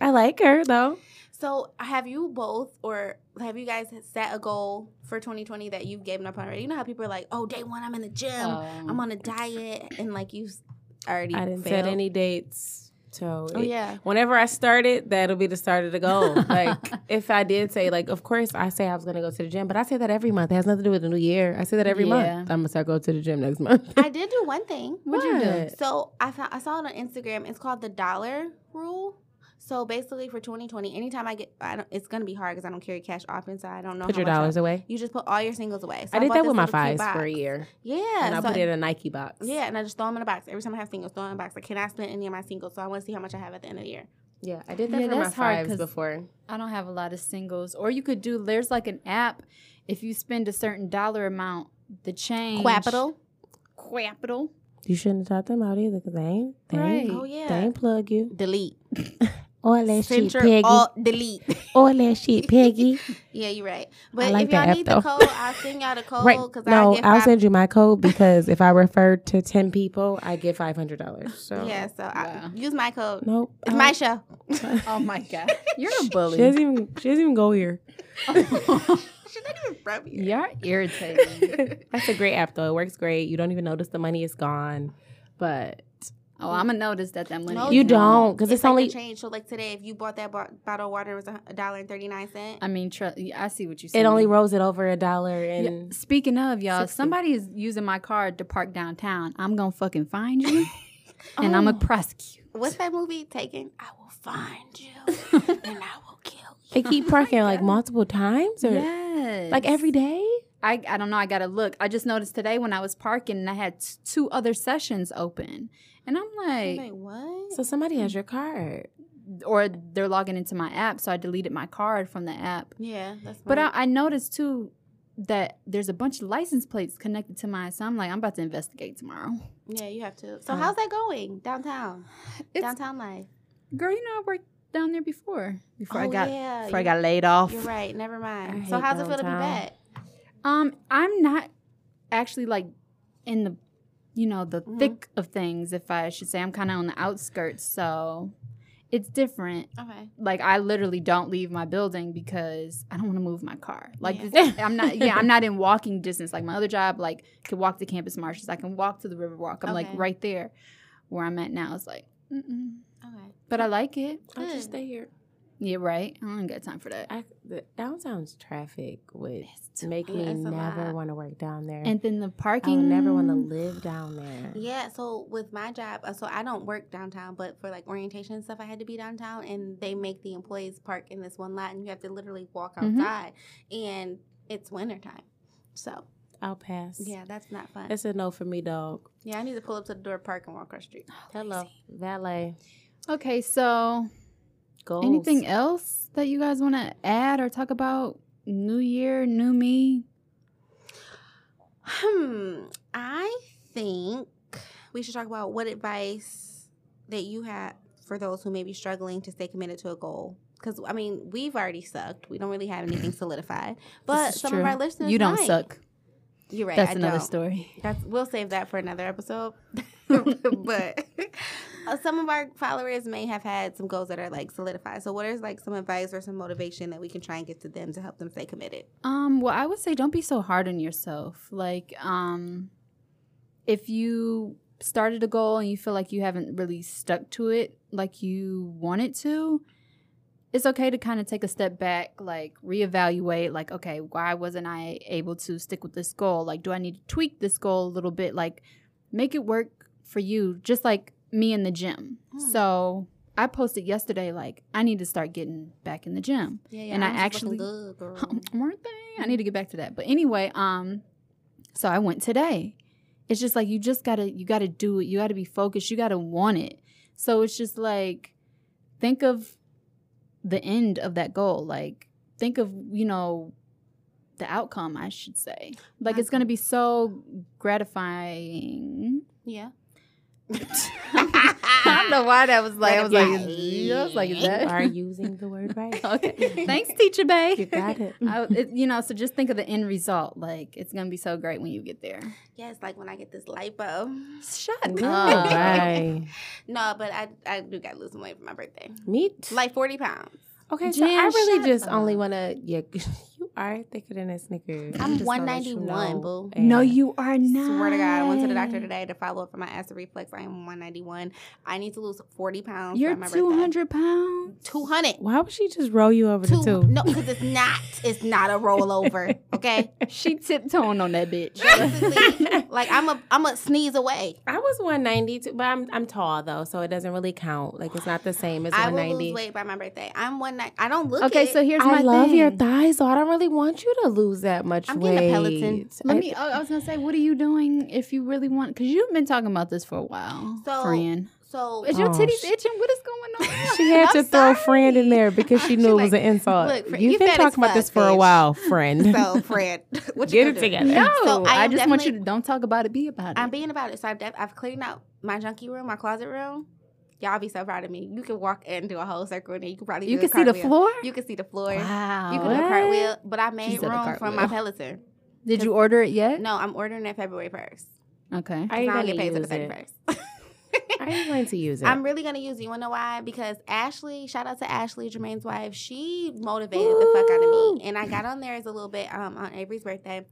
Speaker 4: I like her though.
Speaker 1: So have you both, or have you guys set a goal for 2020 that you've given up on already? You know how people are like, "Oh, day one, I'm in the gym,
Speaker 4: um,
Speaker 3: Oh.
Speaker 1: I'm on a diet," and like you s- already
Speaker 4: Oh, I didn't
Speaker 1: failed.
Speaker 4: set any dates. So
Speaker 1: Oh
Speaker 4: it-
Speaker 1: yeah,
Speaker 4: whenever I started, that'll be the start of the goal. like if I did say, like, of course I say I was gonna go to the gym, but I say that every month. It has nothing to do with the new year. I say that every
Speaker 3: Yeah.
Speaker 4: month. I'm gonna start going to the gym next month.
Speaker 1: I did do one thing.
Speaker 3: What'd you do?
Speaker 1: So I found, I saw it on Instagram. It's called the dollar rule. So basically, for 2020, anytime I get, I don't, it's gonna be hard because I don't carry cash often, so I don't know.
Speaker 4: Put
Speaker 1: how
Speaker 4: your
Speaker 1: much I-
Speaker 4: dollars away.
Speaker 1: You just put all your singles away. So
Speaker 4: I did
Speaker 1: bought
Speaker 4: that
Speaker 1: this
Speaker 4: with my
Speaker 1: little cute
Speaker 4: fives for a
Speaker 1: box.
Speaker 4: year.
Speaker 1: Yeah,
Speaker 4: and I
Speaker 1: so
Speaker 4: put it in a Nike box.
Speaker 1: Yeah, and I just throw them in a box. Every time I have singles, throw them in a box. I cannot spend any of my singles, so I want to see how much I have at the end of the year.
Speaker 4: Yeah, I did that
Speaker 3: Yeah,
Speaker 4: for my
Speaker 3: that's hard
Speaker 4: fives
Speaker 3: 'cause-
Speaker 4: before.
Speaker 3: I don't have a lot of singles. Or you could do there's like an app. If you spend a certain dollar amount, the change capital.
Speaker 4: You shouldn't have taught them out either, cause they ain't. They
Speaker 3: Right.
Speaker 4: ain't,
Speaker 1: Oh
Speaker 4: they
Speaker 1: yeah.
Speaker 4: ain't plug you.
Speaker 1: Delete.
Speaker 4: Or that shit,
Speaker 1: Censor
Speaker 4: Peggy.
Speaker 1: all delete.
Speaker 4: Or that shit, Peggy.
Speaker 1: yeah, you're right. But
Speaker 4: like
Speaker 1: if y'all
Speaker 4: that app,
Speaker 1: need
Speaker 4: though.
Speaker 1: the code, I'll send y'all the code
Speaker 4: right?
Speaker 1: because Oh, I
Speaker 4: No,
Speaker 1: get
Speaker 4: I'll
Speaker 1: five.
Speaker 4: send you my code because if I refer to ten people, I get five hundred dollars. So
Speaker 1: yeah, so
Speaker 3: Wow.
Speaker 1: I, use my code.
Speaker 4: Nope. Um,
Speaker 1: It's my show.
Speaker 3: Oh my god, you're a
Speaker 4: She
Speaker 3: bully.
Speaker 4: doesn't even she doesn't even go here.
Speaker 1: She's not even from here.
Speaker 3: You're irritating.
Speaker 4: That's a great app though. It works great. You don't even notice the money is gone, but
Speaker 3: Oh, I'm gonna notice that that money.
Speaker 1: No,
Speaker 3: is
Speaker 4: you
Speaker 1: no.
Speaker 3: gone.
Speaker 4: don't because it's,
Speaker 1: It's, Oh, like
Speaker 4: only
Speaker 1: only change. So like today, if you bought that bo- bottle of water, it was a h- a dollar and thirty nine cent.
Speaker 3: I mean, tr- I see what you said.
Speaker 4: it only rolls it over a dollar and
Speaker 3: Speaking of y'all,
Speaker 4: 60.
Speaker 3: somebody is using my card to park downtown. I'm gonna fucking find you, and I'm
Speaker 4: Oh.
Speaker 3: gonna prosecute.
Speaker 1: What's that movie? Taken. I will find you and I will kill you.
Speaker 4: they keep parking like multiple times or
Speaker 3: Yes.
Speaker 4: like every day.
Speaker 3: I, I don't know. I gotta look. I just noticed today when I was parking and I had t- two other sessions open, and I'm
Speaker 1: I'm
Speaker 3: like,
Speaker 1: like what?
Speaker 4: So somebody has your card.
Speaker 3: or they're logging into my app, so I deleted my card from the app.
Speaker 1: yeah, that's
Speaker 3: But I,
Speaker 1: funny.
Speaker 3: I noticed too that there's a bunch of license plates connected to mine, so I'm like, I'm about to investigate tomorrow.
Speaker 1: yeah, you have to. So
Speaker 3: Uh,
Speaker 1: how's that going downtown?
Speaker 3: It's,
Speaker 1: downtown life.
Speaker 3: girl, you know I worked down there before. Before I
Speaker 1: Oh,
Speaker 3: got
Speaker 1: yeah,
Speaker 3: before I
Speaker 1: you-
Speaker 3: got laid off.
Speaker 1: You're right. Never mind.
Speaker 4: I
Speaker 1: So
Speaker 4: hate
Speaker 1: how's it feel to be
Speaker 4: downtown.
Speaker 1: back?
Speaker 3: Um, I'm not actually like in the you know the
Speaker 1: Mhm.
Speaker 3: thick of things, if I should say. I'm kind of on the outskirts, so it's different.
Speaker 1: Okay.
Speaker 3: Like I literally don't leave my building because I don't want to move my car. Like
Speaker 1: Yeah.
Speaker 3: this, I'm not. Yeah, I'm not in walking distance. Like my other job, like could walk to campus marshes. I can walk to the Riverwalk. I'm like
Speaker 1: Okay.
Speaker 3: right there, where I'm at now. It's like, mm-mm.
Speaker 1: Okay.
Speaker 3: but I like it.
Speaker 4: I'll just
Speaker 1: Good.
Speaker 4: stay here.
Speaker 3: Yeah, right. I don't got time for that.
Speaker 4: I, the downtown's traffic would
Speaker 3: It's too-
Speaker 4: make
Speaker 1: yeah,
Speaker 4: me
Speaker 1: it's a
Speaker 4: never
Speaker 1: lot.
Speaker 4: want to work down there.
Speaker 3: And then the
Speaker 4: I
Speaker 3: parking.
Speaker 4: would never want to live down there.
Speaker 1: Yeah. So with my job, uh, so I don't work downtown, but for like orientation and stuff, I had to be downtown, and they make the employees park in this one lot, and you have to literally walk
Speaker 3: Mhm.
Speaker 1: outside, and it's wintertime. So
Speaker 4: I'll pass.
Speaker 1: yeah, that's not fun.
Speaker 4: It's a no for me, dog.
Speaker 1: yeah, I need to pull up to the door, park, and walk across the street.
Speaker 4: Hello, valet.
Speaker 3: Okay, so
Speaker 4: Goals.
Speaker 3: Anything else that you guys want to add or talk about? New year, new me.
Speaker 1: Hmm. I think we should talk about what advice that you have for those who may be struggling to stay committed to a goal. Because I mean, we've already sucked. We don't really have anything solidified. But
Speaker 3: is
Speaker 1: some
Speaker 3: true.
Speaker 1: of our listeners,
Speaker 3: you don't
Speaker 1: might.
Speaker 3: suck.
Speaker 1: You're right.
Speaker 3: That's
Speaker 1: I
Speaker 3: another
Speaker 1: don't.
Speaker 3: story.
Speaker 1: That's we'll save that for another episode. but uh, some of our followers may have had some goals that are like solidified. So, what is like some advice or some motivation that we can try and give to them to help them stay committed?
Speaker 3: Um, well, I would say don't be so hard on yourself. Like, um, if you started a goal and you feel like you haven't really stuck to it like you wanted to, it's okay to kind of take a step back, like reevaluate, like, okay, why wasn't I able to stick with this goal? Like, do I need to tweak this goal a little bit? Like, make it work for you, just like me in the gym.
Speaker 1: Hmm.
Speaker 3: So I posted yesterday, like, I need to start getting back in the gym.
Speaker 1: Yeah, yeah.
Speaker 3: And I actually-
Speaker 1: good, girl.
Speaker 3: weren't they? I need to get back to that. But anyway, um, so I went today. It's just like you just gotta you gotta do it. You gotta be focused. You gotta want it. So it's just like think of the end of that goal. Like think of you know the outcome. I should say like it's gonna be so gratifying.
Speaker 1: yeah.
Speaker 3: I don't know why that was like I was like is- I was like is
Speaker 4: You are
Speaker 3: that
Speaker 4: using the word right.
Speaker 3: okay? Thanks, teacher Bay.
Speaker 4: You got it.
Speaker 3: I, it, you know, so just think of the end result. Like it's gonna be so great when you get there.
Speaker 1: Yes, like when I get this lipo.
Speaker 3: Shut
Speaker 4: All
Speaker 3: up.
Speaker 4: right.
Speaker 1: No, but I I do got to lose some weight for my birthday.
Speaker 4: Meat.
Speaker 1: Like forty pounds.
Speaker 4: Okay, so
Speaker 3: Jan,
Speaker 4: I really
Speaker 3: shut
Speaker 4: just
Speaker 3: up.
Speaker 4: only want to. Yeah, you are thicker than a Snickers.
Speaker 1: I'm
Speaker 4: Just gonna let you
Speaker 1: 191,
Speaker 4: know.
Speaker 1: boo.
Speaker 4: And
Speaker 3: are
Speaker 1: Swear to God, I went to the doctor today to follow up for my acid reflux. I am 191. I need to lose 40 pounds.
Speaker 3: You're
Speaker 1: by my birthday.
Speaker 3: 200 pounds.
Speaker 1: 200.
Speaker 4: Why would she just roll you over
Speaker 1: Two,
Speaker 4: to two?
Speaker 1: No, because it's not. It's not a rollover. Okay.
Speaker 3: She tiptoeing on that bitch.
Speaker 1: Basically, like I'm a I'm a sneeze away.
Speaker 4: I was 192, but I'm I'm tall though, so it doesn't really count. Like it's not the same as
Speaker 1: I will lose
Speaker 4: 190.
Speaker 1: weight by my birthday. I'm one night. I don't look.
Speaker 3: okay,
Speaker 1: it.
Speaker 3: so here's my
Speaker 4: I love
Speaker 3: thing.
Speaker 4: your thighs, so I don't really want you to lose that much
Speaker 1: I'm
Speaker 4: weight.
Speaker 1: getting a Peloton.
Speaker 3: Let
Speaker 4: I-
Speaker 3: me. oh, I I was gonna say, what are you doing if you really want? Because you've been talking about this for a while,
Speaker 1: So-
Speaker 3: friend.
Speaker 1: so
Speaker 3: Is your
Speaker 4: Oh,
Speaker 3: titties
Speaker 4: sh-
Speaker 3: itching? What is going on?
Speaker 4: She had to
Speaker 1: I'm
Speaker 4: throw
Speaker 1: sorry.
Speaker 4: friend in there because she
Speaker 1: She
Speaker 4: knew it
Speaker 1: like,
Speaker 4: was an insult.
Speaker 1: "Look, friend,
Speaker 4: You've
Speaker 1: you
Speaker 4: been
Speaker 1: fat as
Speaker 4: talking about this
Speaker 1: fuck,
Speaker 4: for a
Speaker 1: bitch."
Speaker 4: while, friend.
Speaker 1: so Fred, what you
Speaker 4: Get it
Speaker 1: gonna do?
Speaker 4: together.
Speaker 3: no,
Speaker 1: So I
Speaker 3: I,
Speaker 1: am
Speaker 3: just want you
Speaker 1: definitely-
Speaker 3: to don't talk about it. Be about it.
Speaker 1: I'm being about it. So I've def- I've cleaned out my junkie room, my closet room. Y'all be so proud of me. You can walk in, do a whole circle, and then you can probably
Speaker 3: you
Speaker 1: do a
Speaker 3: can see the
Speaker 1: cartwheel.
Speaker 3: floor.
Speaker 1: You can see the floor.
Speaker 3: wow.
Speaker 1: You can do a
Speaker 4: What?
Speaker 1: cartwheel, but I made
Speaker 3: said a
Speaker 1: room for my
Speaker 3: cartwheel.
Speaker 1: Peloton.
Speaker 3: Did you order it yet?
Speaker 1: No, I'm ordering it February first.
Speaker 3: Okay.
Speaker 4: Are
Speaker 1: I
Speaker 4: you
Speaker 1: don't
Speaker 4: going
Speaker 1: get
Speaker 4: to
Speaker 1: paid till the
Speaker 4: use
Speaker 1: thirty
Speaker 4: it?
Speaker 1: first.
Speaker 4: Are you going to use it?
Speaker 1: I'm really gonna use it. You wanna know why? Because Ashley, shout out to Ashley, Jermaine's wife, she motivated the fuck out of
Speaker 4: Ooh.
Speaker 1: me. And I got on theirs a little bit um, on Avery's birthday.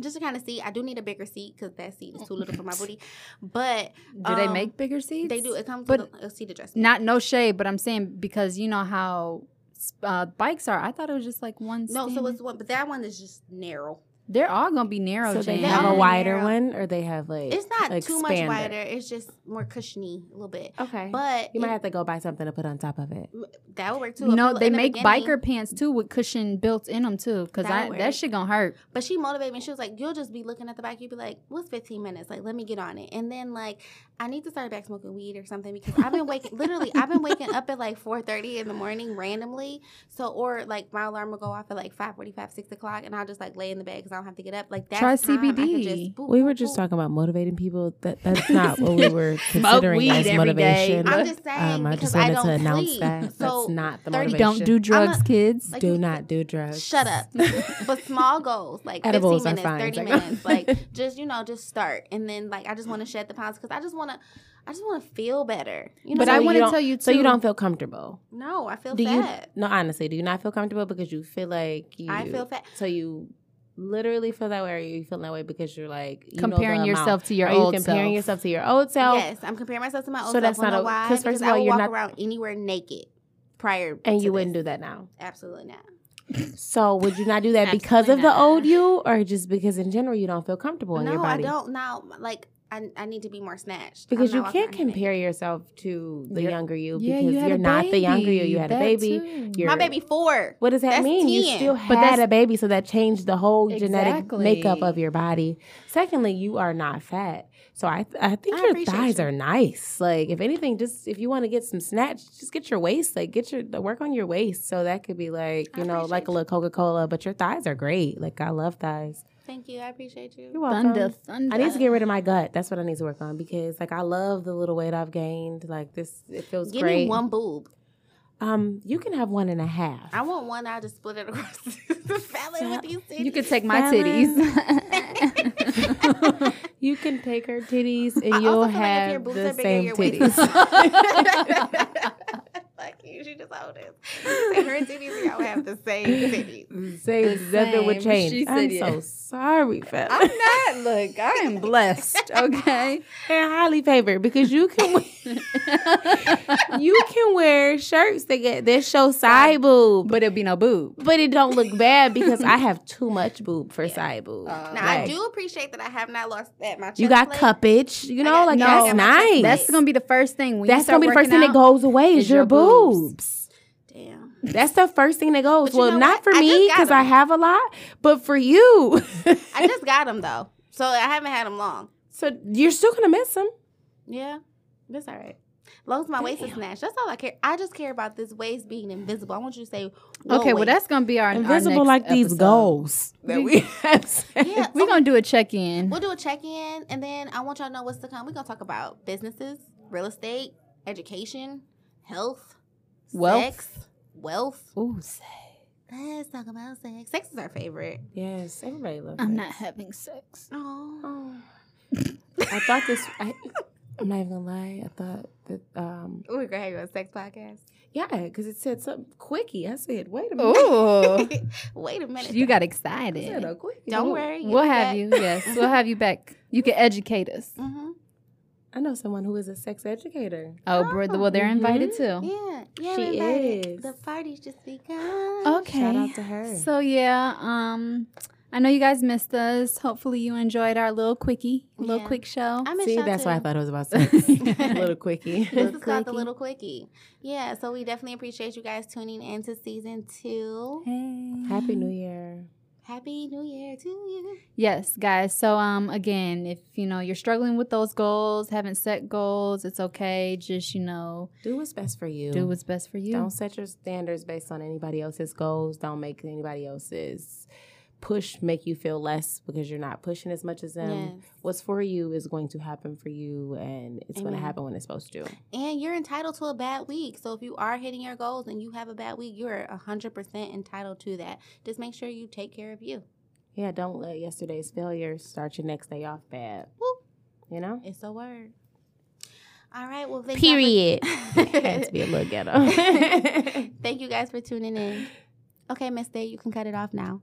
Speaker 1: Just to kind of see, I do need a bigger seat because that seat is too little for my booty. But
Speaker 3: Do they
Speaker 1: um,
Speaker 3: make bigger seats?
Speaker 1: they do. It comes
Speaker 3: But-
Speaker 1: with a, a seat adjustment.
Speaker 3: Not no shade, but I'm saying because you know how uh, bikes are. I thought it was just like one.
Speaker 1: No, so
Speaker 3: standard-
Speaker 1: it's one, but that one is just narrow.
Speaker 3: they're all gonna be narrow.
Speaker 4: so they
Speaker 3: Jan.
Speaker 1: Jan.
Speaker 4: have a
Speaker 1: Yeah.
Speaker 4: wider
Speaker 1: Yeah.
Speaker 4: one, or they have like
Speaker 1: It's not too much
Speaker 4: expanded.
Speaker 1: wider. It's just more cushiony a little bit.
Speaker 4: Okay,
Speaker 1: But
Speaker 4: you might
Speaker 1: it-
Speaker 4: have to go buy something to put on top of it.
Speaker 1: that would work too. A
Speaker 3: No,
Speaker 1: pillow
Speaker 3: they
Speaker 1: in the
Speaker 3: make
Speaker 1: beginning.
Speaker 3: biker pants too with cushion built in them too. Cause
Speaker 1: That
Speaker 3: I,
Speaker 1: works.
Speaker 3: that shit gonna hurt.
Speaker 1: But she motivated me. She was like, "You'll just be looking at the bike. You'll be like, what's 15 minutes? Like, let me get on it." And then like, I need to start back smoking weed or something because I've been waking. literally, I've been waking up at like 4:30 in the morning randomly. So or like my alarm will go off at like 5:45, 6 o'clock, and I'll just like lay in the bed because I don't have to get up. Like that's
Speaker 3: Try
Speaker 1: time I can
Speaker 3: CBD.
Speaker 1: just boop,
Speaker 4: We
Speaker 1: boop,
Speaker 4: were just
Speaker 1: boop.
Speaker 4: talking about motivating people. That that's not what we were considering
Speaker 3: weed
Speaker 4: as
Speaker 3: every day.
Speaker 4: motivation.
Speaker 1: I'm just saying
Speaker 4: Um, I
Speaker 1: because
Speaker 4: just
Speaker 1: I
Speaker 4: wanted
Speaker 1: don't
Speaker 4: to announce
Speaker 1: sleep.
Speaker 4: that
Speaker 1: So
Speaker 4: that's not the
Speaker 1: 30
Speaker 4: motivation.
Speaker 3: Don't do drugs,
Speaker 1: not-
Speaker 3: kids.
Speaker 1: like,
Speaker 4: do
Speaker 1: you-
Speaker 4: not do drugs.
Speaker 1: Shut up. but small goals, like
Speaker 4: Edibles
Speaker 1: 15
Speaker 4: are
Speaker 1: minutes,
Speaker 4: fine.
Speaker 1: 30
Speaker 4: It's like-
Speaker 1: minutes, like just, you know, just start. And then like, I just want to shed the pounds because I just want to, I just want to feel better. You know,
Speaker 4: But
Speaker 3: but I
Speaker 4: so you
Speaker 3: want to
Speaker 4: don't-
Speaker 3: tell you too.
Speaker 4: So you don't feel comfortable.
Speaker 1: no, I feel
Speaker 4: Do you?
Speaker 1: fat.
Speaker 4: No, honestly, do you not feel comfortable because you feel like you?
Speaker 1: I feel fat.
Speaker 4: So you literally feel that way, or you feel that way because you're like you know the
Speaker 3: comparing
Speaker 4: amount.
Speaker 3: yourself to your
Speaker 4: Are
Speaker 3: old
Speaker 4: you comparing
Speaker 3: self.
Speaker 4: yourself to your old self?
Speaker 1: yes, I'm comparing myself to my old
Speaker 4: So
Speaker 1: self.
Speaker 4: that's
Speaker 1: Wanna
Speaker 4: not
Speaker 1: know
Speaker 4: a-
Speaker 1: why?
Speaker 4: 'cause first
Speaker 1: Because
Speaker 4: of all,
Speaker 1: I would
Speaker 4: you're
Speaker 1: walk
Speaker 4: not-
Speaker 1: around anywhere naked prior.
Speaker 4: And
Speaker 1: to
Speaker 4: you wouldn't
Speaker 1: this.
Speaker 4: do that now.
Speaker 1: Absolutely not.
Speaker 4: So would you not do that because of
Speaker 1: Absolutely
Speaker 4: the
Speaker 1: not.
Speaker 4: old you, or just because in general you don't feel comfortable in your
Speaker 1: no, I
Speaker 4: body?
Speaker 1: don't now. Like I, I need to be more snatched I'm
Speaker 4: Because
Speaker 1: not
Speaker 4: you
Speaker 1: walking
Speaker 4: can't
Speaker 1: around naked.
Speaker 4: compare yourself to the
Speaker 3: You're-
Speaker 4: younger you
Speaker 3: Yeah,
Speaker 4: because
Speaker 3: you had
Speaker 4: are
Speaker 3: a
Speaker 4: not the younger you.
Speaker 3: baby.
Speaker 4: You had a
Speaker 3: That
Speaker 4: baby.
Speaker 3: too.
Speaker 4: You're-
Speaker 1: My baby four.
Speaker 4: What does that
Speaker 1: That's
Speaker 4: mean? You
Speaker 1: 10.
Speaker 4: still
Speaker 3: But
Speaker 4: had
Speaker 3: that's-
Speaker 4: a baby, so that changed the whole genetic
Speaker 3: Exactly.
Speaker 4: makeup of your body. Secondly, you are not fat, so I I think
Speaker 1: I
Speaker 4: your
Speaker 1: appreciate
Speaker 4: thighs
Speaker 1: you.
Speaker 4: are nice. Like if anything, just if you want to get some snatch, just get your waist. Like get your work on your waist, so that could be like
Speaker 1: I
Speaker 4: you know like
Speaker 1: appreciate
Speaker 4: a little Coca Cola, but your thighs are great. Like I love thighs.
Speaker 1: Thank you. I appreciate you.
Speaker 4: You're welcome.
Speaker 3: Thunder, thunder.
Speaker 4: I need to get rid of my gut. That's what I need to work on because, like, I love the little weight I've gained. Like this, it feels
Speaker 1: Give
Speaker 4: great.
Speaker 1: me one boob.
Speaker 4: Um, you can have one and a half.
Speaker 1: I want one. I'll just split it across the salad with these titties.
Speaker 3: You could take my
Speaker 4: Fallon.
Speaker 3: titties.
Speaker 4: you can take her titties
Speaker 1: I
Speaker 4: and
Speaker 1: also feel
Speaker 4: you'll
Speaker 1: like if your
Speaker 4: have
Speaker 1: boobs are
Speaker 4: the
Speaker 1: bigger,
Speaker 4: same
Speaker 1: your waist is-
Speaker 4: titties.
Speaker 1: like you should just hold it. You Take her titties. and Y'all have the same titties.
Speaker 4: same, nothing would
Speaker 3: same.
Speaker 4: change.
Speaker 3: She said
Speaker 4: I'm so
Speaker 3: yes.
Speaker 4: sorry, fella.
Speaker 3: not. Look, I am blessed. Okay.
Speaker 4: and highly favored because you can wear, you can wear shirts that get that show side boob.
Speaker 3: but it'll be no boob.
Speaker 4: But it don't look bad because I have too much boob for side boob.
Speaker 1: Now I
Speaker 4: Like,
Speaker 1: do appreciate that I have not lost that much.
Speaker 4: You got cuppage, you know,
Speaker 1: got-
Speaker 4: like
Speaker 3: no, I
Speaker 4: that's
Speaker 1: got my chest
Speaker 4: nice.
Speaker 3: That's gonna be the first thing. When you
Speaker 4: That's
Speaker 3: start
Speaker 4: gonna be the first
Speaker 3: working
Speaker 4: thing that
Speaker 3: out,
Speaker 4: goes away is,
Speaker 3: is
Speaker 4: your,
Speaker 3: your boobs.
Speaker 4: boobs.
Speaker 1: Damn.
Speaker 4: That's the first thing that goes.
Speaker 1: But you
Speaker 4: well,
Speaker 1: know
Speaker 4: not
Speaker 1: what?
Speaker 4: for
Speaker 1: I
Speaker 4: me
Speaker 1: just got
Speaker 4: because I
Speaker 1: them.
Speaker 4: have a lot, but for you.
Speaker 1: I just got them though, so I haven't had them long.
Speaker 4: so you're still gonna miss them.
Speaker 1: Yeah, that's all right. As long as my waist is snatched, that's all I care. I just care about this waist being invisible. I want you to say, "Whoa,
Speaker 3: Okay, well
Speaker 1: waist."
Speaker 3: that's gonna be our our next
Speaker 4: Invisible like these
Speaker 3: episode.
Speaker 4: goals that we have.
Speaker 1: yeah.
Speaker 3: We're gonna do a check in.
Speaker 1: We'll do a check in, and then I want y'all to know what's to come. We're gonna talk about businesses, real estate, education, health,
Speaker 3: Wealth.
Speaker 1: sex, wealth.
Speaker 4: Ooh, sex.
Speaker 1: Let's talk about sex. Sex is our favorite.
Speaker 4: Yes, everybody loves.
Speaker 3: I'm
Speaker 4: sex.
Speaker 3: not having sex.
Speaker 1: Oh,
Speaker 4: I thought this. I, I'm not even gonna lie. I thought that, um,
Speaker 1: We're gonna have you on a sex podcast.
Speaker 4: yeah, because it said something quickie. I said, wait a minute.
Speaker 3: Oh,
Speaker 1: Wait a minute.
Speaker 3: you got
Speaker 4: I said
Speaker 3: excited.
Speaker 4: a quickie.
Speaker 1: Don't worry.
Speaker 3: We'll have you. Yes, we'll have you back. You can educate us.
Speaker 1: hmm
Speaker 4: I know someone who is a sex educator.
Speaker 3: Oh, bro, well, they're invited too.
Speaker 1: Yeah, yeah.
Speaker 4: She
Speaker 1: She is.
Speaker 4: is.
Speaker 1: The party's just begun.
Speaker 3: Okay.
Speaker 4: Shout out to her.
Speaker 3: So yeah, um, I know you guys missed us. Hopefully, you enjoyed our little quickie, little
Speaker 1: Yeah.
Speaker 3: quick show.
Speaker 1: I'm in
Speaker 4: See,
Speaker 1: shock
Speaker 4: that's
Speaker 1: too.
Speaker 4: why I thought it was about sex. little quickie.
Speaker 1: This is called the
Speaker 3: Quickie.
Speaker 1: little quickie. Yeah, so we definitely appreciate you guys tuning in to season two.
Speaker 3: hey.
Speaker 4: Happy New Year.
Speaker 1: Happy New Year to you.
Speaker 3: Yes, guys. So um again, if you know you're struggling with those goals, haven't set goals, it's okay. Just, you know,
Speaker 4: Do what's best for you.
Speaker 3: do what's best for you.
Speaker 4: Don't set your standards based on anybody else's goals. Don't make anybody else's push make you feel less because you're not pushing as much as them. What's for you is going to happen for you, and it's going to
Speaker 1: Amen.
Speaker 4: happen when it's supposed to.
Speaker 1: And you're entitled to a bad week. So if you are hitting your goals and you have a bad week, you're 100% entitled to that. Just make sure you take care of you.
Speaker 4: Yeah, don't let yesterday's failures start your next day off bad.
Speaker 1: Woo.
Speaker 4: You know?
Speaker 1: It's a word. All right. Well, thank y'all for-
Speaker 4: Period. Had to be a little ghetto.
Speaker 1: Thank you guys for tuning in. Okay, Miss Day, you can cut it off now.